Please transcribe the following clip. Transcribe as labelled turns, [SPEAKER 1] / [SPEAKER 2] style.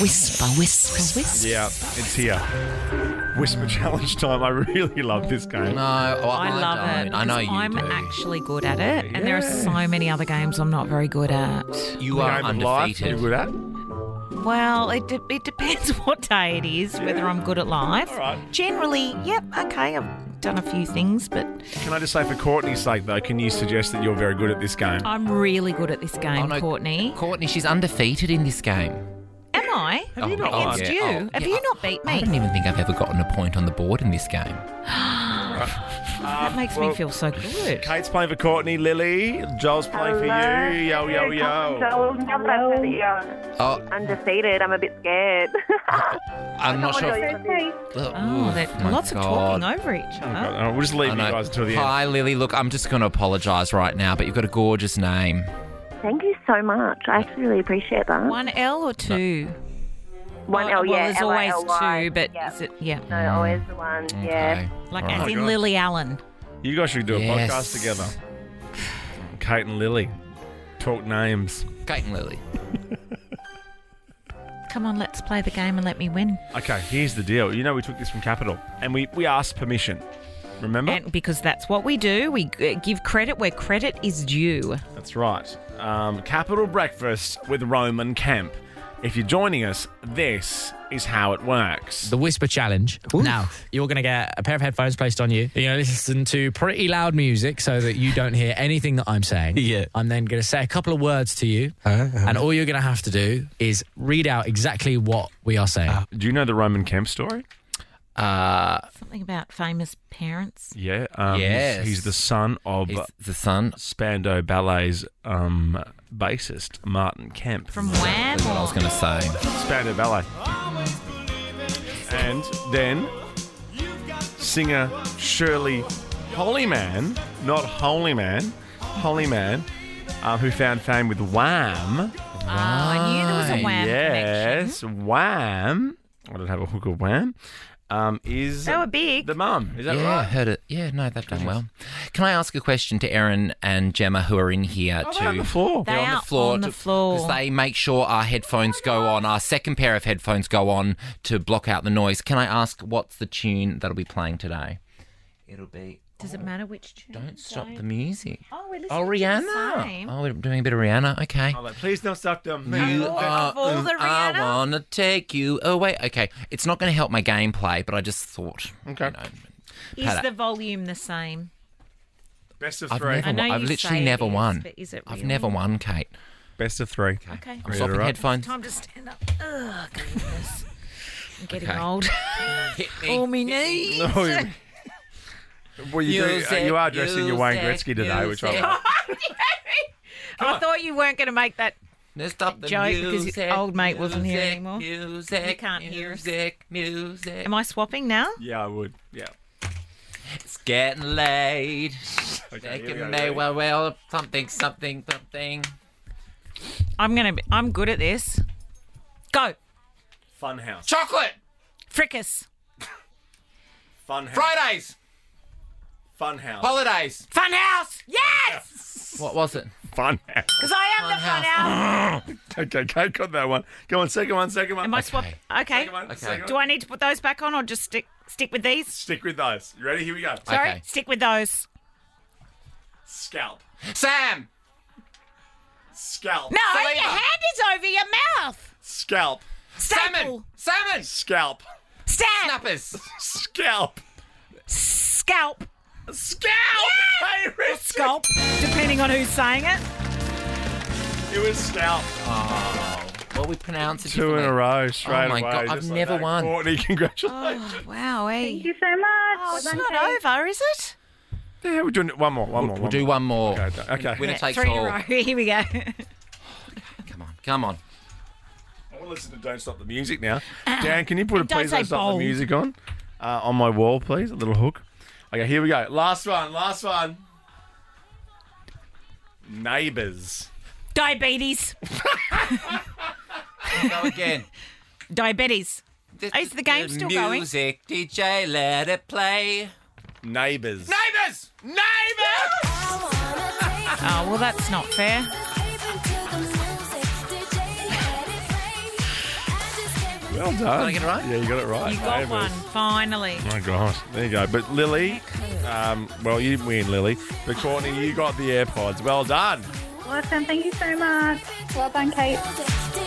[SPEAKER 1] Whisper, whisper, whisper.
[SPEAKER 2] Yeah, it's here. Whisper challenge time. I really love this game.
[SPEAKER 3] No, well, I,
[SPEAKER 1] I love
[SPEAKER 3] don't.
[SPEAKER 1] it.
[SPEAKER 3] I know
[SPEAKER 1] because
[SPEAKER 3] you
[SPEAKER 1] I'm
[SPEAKER 3] do.
[SPEAKER 1] actually good at it, and there are so many other games I'm not very good at.
[SPEAKER 3] you
[SPEAKER 2] The
[SPEAKER 3] are
[SPEAKER 2] game of life. You
[SPEAKER 3] undefeated.
[SPEAKER 2] good at?
[SPEAKER 1] Well, it, de- it depends what day it is, whether I'm good at life.
[SPEAKER 2] All right.
[SPEAKER 1] Generally, yep, okay, I've done a few things, but
[SPEAKER 2] Can I just say, for Courtney's sake, though, can you suggest that you're very good at this game?
[SPEAKER 1] I'm really good at this game,
[SPEAKER 3] Oh, no,
[SPEAKER 1] Courtney.
[SPEAKER 3] Courtney, she's undefeated in this game.
[SPEAKER 1] Am I?
[SPEAKER 3] Have you not
[SPEAKER 1] Against
[SPEAKER 3] won?
[SPEAKER 1] you?
[SPEAKER 3] Yeah. Oh,
[SPEAKER 1] Have
[SPEAKER 3] yeah,
[SPEAKER 1] you
[SPEAKER 3] I-
[SPEAKER 1] not beat
[SPEAKER 3] I don't
[SPEAKER 1] me?
[SPEAKER 3] even think I've ever gotten a point on the board in this game.
[SPEAKER 1] That makes me feel so good.
[SPEAKER 2] Kate's playing for Courtney, Lily. Joel's playing for you. Yo, yo, yo.
[SPEAKER 4] Joel, now that I've said that you're
[SPEAKER 3] Oh,
[SPEAKER 4] undefeated, I'm a bit scared.
[SPEAKER 3] I'm not sure. if-
[SPEAKER 1] Oh,
[SPEAKER 3] Oof,
[SPEAKER 1] that,
[SPEAKER 3] my
[SPEAKER 1] lots of
[SPEAKER 3] God.
[SPEAKER 1] talking over each other.
[SPEAKER 2] All right, we'll just leave
[SPEAKER 3] I
[SPEAKER 2] you
[SPEAKER 3] know.
[SPEAKER 2] guys until the end.
[SPEAKER 3] Hi, Lily. Look, I'm just going to apologise right now, but you've got a gorgeous name.
[SPEAKER 4] Thank you so much. I actually really appreciate that.
[SPEAKER 1] One L or two?
[SPEAKER 4] One
[SPEAKER 1] Oh,
[SPEAKER 4] L, yeah.
[SPEAKER 1] Well, there's
[SPEAKER 4] L-I-L-Y.
[SPEAKER 1] always two, but
[SPEAKER 4] yeah.
[SPEAKER 1] is it, yeah.
[SPEAKER 4] No, always the one, yeah.
[SPEAKER 3] Okay.
[SPEAKER 1] Like
[SPEAKER 3] All
[SPEAKER 1] as
[SPEAKER 3] right.
[SPEAKER 1] in Lily Allen.
[SPEAKER 2] You guys should do a
[SPEAKER 3] Yes.
[SPEAKER 2] podcast together. Kate and Lily. Talk names.
[SPEAKER 3] Kate and Lily.
[SPEAKER 1] Come on, let's play the game and let me win.
[SPEAKER 2] Okay, here's the deal. You know, we took this from Capital and we, we asked permission. Remember?
[SPEAKER 1] And because that's what we do. We uh, give credit where credit is due.
[SPEAKER 2] That's right. Um, Capital Breakfast with Roman Camp. If you're joining us, this is how it works.
[SPEAKER 5] The Whisper Challenge. Now, you're going to get a pair of headphones placed on you. You're going to listen to pretty loud music so that you don't hear anything that I'm saying.
[SPEAKER 6] Yeah.
[SPEAKER 5] I'm then going to say a couple of words to you.
[SPEAKER 2] Uh-huh,
[SPEAKER 5] And all you're going to have to do is read out exactly what we are saying.
[SPEAKER 2] do you know the Roman Kemp story?
[SPEAKER 3] Uh,
[SPEAKER 1] Something about famous parents.
[SPEAKER 2] Yeah. Um,
[SPEAKER 3] Yes.
[SPEAKER 2] He's, he's the son of
[SPEAKER 3] he's the son.
[SPEAKER 2] Spando Ballet's um, bassist, Martin Kemp.
[SPEAKER 1] From Wham
[SPEAKER 3] That's what I was going to say.
[SPEAKER 2] Spando Ballet. And then singer Shirley Holyman, not Holyman, Holyman, um, who found fame with Wham.
[SPEAKER 1] Oh, I knew there was
[SPEAKER 3] Ah,
[SPEAKER 1] a Wham
[SPEAKER 2] yes,
[SPEAKER 1] connection.
[SPEAKER 2] Wham. I don't have a hook of Wham. Um, is
[SPEAKER 1] They were big.
[SPEAKER 2] the mum? Is that
[SPEAKER 3] Yeah,
[SPEAKER 2] right?
[SPEAKER 3] heard it. Yeah, no, they've done well. Can I ask a question to Erin and Gemma, who are in here?
[SPEAKER 2] Oh,
[SPEAKER 3] to
[SPEAKER 2] they're on the floor.
[SPEAKER 1] They are on the floor.
[SPEAKER 3] because they make sure our headphones go on. Our second pair of headphones go on to block out the noise. Can I ask what's the tune that'll be playing today? It'll be. Oh,
[SPEAKER 1] Does it matter which tune?
[SPEAKER 3] Don't stop the music.
[SPEAKER 1] Oh, we're listening
[SPEAKER 3] Oh,
[SPEAKER 1] To the
[SPEAKER 3] Rihanna.
[SPEAKER 1] same.
[SPEAKER 3] Oh, we're doing a bit of Rihanna. Okay.
[SPEAKER 2] Oh, like, Please don't stop them.
[SPEAKER 3] You
[SPEAKER 1] Of
[SPEAKER 3] are-
[SPEAKER 1] all the
[SPEAKER 3] I
[SPEAKER 1] Rihanna?
[SPEAKER 3] wanna take you away. Okay, it's not going to help my gameplay, but I just thought.
[SPEAKER 2] Okay.
[SPEAKER 3] You know,
[SPEAKER 1] is
[SPEAKER 3] Pat-
[SPEAKER 1] the volume the same?
[SPEAKER 2] Best of
[SPEAKER 3] I've
[SPEAKER 2] three.
[SPEAKER 3] never-
[SPEAKER 1] I know
[SPEAKER 3] I've
[SPEAKER 1] you
[SPEAKER 3] literally
[SPEAKER 1] say it
[SPEAKER 3] never
[SPEAKER 1] is,
[SPEAKER 3] won.
[SPEAKER 1] But is it
[SPEAKER 3] I've
[SPEAKER 1] really?
[SPEAKER 3] never won, Kate.
[SPEAKER 2] Best of three.
[SPEAKER 1] Okay.
[SPEAKER 3] I'm
[SPEAKER 2] Read
[SPEAKER 3] swapping
[SPEAKER 2] her up.
[SPEAKER 3] headphones.
[SPEAKER 1] Time to stand up. Ugh, goodness. I'm getting
[SPEAKER 3] Okay.
[SPEAKER 1] old.
[SPEAKER 3] Hit me.
[SPEAKER 1] all me knees.
[SPEAKER 2] No. you- well, you, do, uh,
[SPEAKER 3] Use it,
[SPEAKER 2] you are dressing your Wayne
[SPEAKER 3] use
[SPEAKER 2] Gretzky
[SPEAKER 3] it,
[SPEAKER 2] today,
[SPEAKER 3] use
[SPEAKER 2] which I
[SPEAKER 3] it.
[SPEAKER 2] like.
[SPEAKER 1] I thought you weren't going to make that.
[SPEAKER 3] No, stop the
[SPEAKER 1] Joke,
[SPEAKER 3] music.
[SPEAKER 1] because your old mate wasn't here
[SPEAKER 3] music,
[SPEAKER 1] anymore.
[SPEAKER 3] Music,
[SPEAKER 1] You can't hear us.
[SPEAKER 3] music, music.
[SPEAKER 1] Am I swapping now?
[SPEAKER 2] Yeah, I would. Yeah.
[SPEAKER 3] It's getting late.
[SPEAKER 2] Okay, here we go,
[SPEAKER 3] Taking may
[SPEAKER 2] ready?
[SPEAKER 3] well, well, something, something, something.
[SPEAKER 1] I'm gonna. Be, I'm good at this. Go
[SPEAKER 2] Funhouse.
[SPEAKER 3] Chocolate
[SPEAKER 1] fricas.
[SPEAKER 2] Funhouse.
[SPEAKER 3] Fridays,
[SPEAKER 2] Funhouse.
[SPEAKER 3] holidays.
[SPEAKER 1] Funhouse. Yes,
[SPEAKER 3] What was it?
[SPEAKER 2] Funhouse.
[SPEAKER 1] because I am
[SPEAKER 3] Funhouse.
[SPEAKER 1] the funhouse.
[SPEAKER 2] Okay, Kate got that one. Go on, second one, second one.
[SPEAKER 1] Am I swapping? Okay.
[SPEAKER 2] Second one,
[SPEAKER 3] Okay.
[SPEAKER 2] second
[SPEAKER 1] Do
[SPEAKER 2] one.
[SPEAKER 1] I need to put those back on or just stick stick with these?
[SPEAKER 2] Stick with those. You ready? Here we go.
[SPEAKER 1] Sorry,
[SPEAKER 3] Okay.
[SPEAKER 1] stick with those.
[SPEAKER 2] Scalp.
[SPEAKER 3] Sam.
[SPEAKER 2] Scalp.
[SPEAKER 1] No,
[SPEAKER 3] Saliva.
[SPEAKER 1] your hand is over your mouth.
[SPEAKER 2] Scalp.
[SPEAKER 1] Staple.
[SPEAKER 3] Salmon.
[SPEAKER 2] Scalp.
[SPEAKER 1] Stab.
[SPEAKER 3] Snappers.
[SPEAKER 2] Scalp.
[SPEAKER 1] Scalp.
[SPEAKER 2] Scalp. Hey, Richard.
[SPEAKER 1] Scalp. Depending on who's saying it.
[SPEAKER 2] It was scalp.
[SPEAKER 3] Well, we pronounce it
[SPEAKER 2] Two in a
[SPEAKER 3] differently.
[SPEAKER 2] row straight
[SPEAKER 3] Oh
[SPEAKER 2] away,
[SPEAKER 3] my God, I've
[SPEAKER 2] just like
[SPEAKER 3] never
[SPEAKER 2] that.
[SPEAKER 3] won.
[SPEAKER 2] Courtney, congratulations.
[SPEAKER 1] Oh, wow. eh?
[SPEAKER 4] you so much.
[SPEAKER 1] Oh, it's not over, is it?
[SPEAKER 2] Yeah, we're doing it. One more. One more.
[SPEAKER 3] We'll do
[SPEAKER 2] more.
[SPEAKER 3] one more.
[SPEAKER 2] Okay. okay.
[SPEAKER 3] Winner takes
[SPEAKER 1] Three in a
[SPEAKER 3] all.
[SPEAKER 1] row. Here we go.
[SPEAKER 3] Come on, come on.
[SPEAKER 2] I want to listen to Don't Stop the Music now.
[SPEAKER 3] Uh-uh.
[SPEAKER 2] Dan, can you put a
[SPEAKER 1] don't
[SPEAKER 2] Please
[SPEAKER 1] say
[SPEAKER 2] Don't Stop
[SPEAKER 1] bold.
[SPEAKER 2] the Music on? Uh, on my wall, please. A little hook. Okay, here we go. Last one, last one. Neighbours.
[SPEAKER 1] Diabetes.
[SPEAKER 3] Go again.
[SPEAKER 1] Diabetes.
[SPEAKER 3] This
[SPEAKER 1] Is the game still going?
[SPEAKER 3] Music, DJ, let it play.
[SPEAKER 2] Neighbours.
[SPEAKER 3] Neighbours. Neighbours.
[SPEAKER 1] Oh well, that's not fair.
[SPEAKER 2] Well done.
[SPEAKER 3] I get it right?
[SPEAKER 2] Yeah, you got it right.
[SPEAKER 1] You got
[SPEAKER 2] Favours.
[SPEAKER 1] one, finally.
[SPEAKER 2] My gosh, there you go. But Lily, um, well, you didn't win, Lily. But Courtney, you got the AirPods. Well done.
[SPEAKER 6] Awesome. Thank you so much. Well done, Kate.
[SPEAKER 7] Day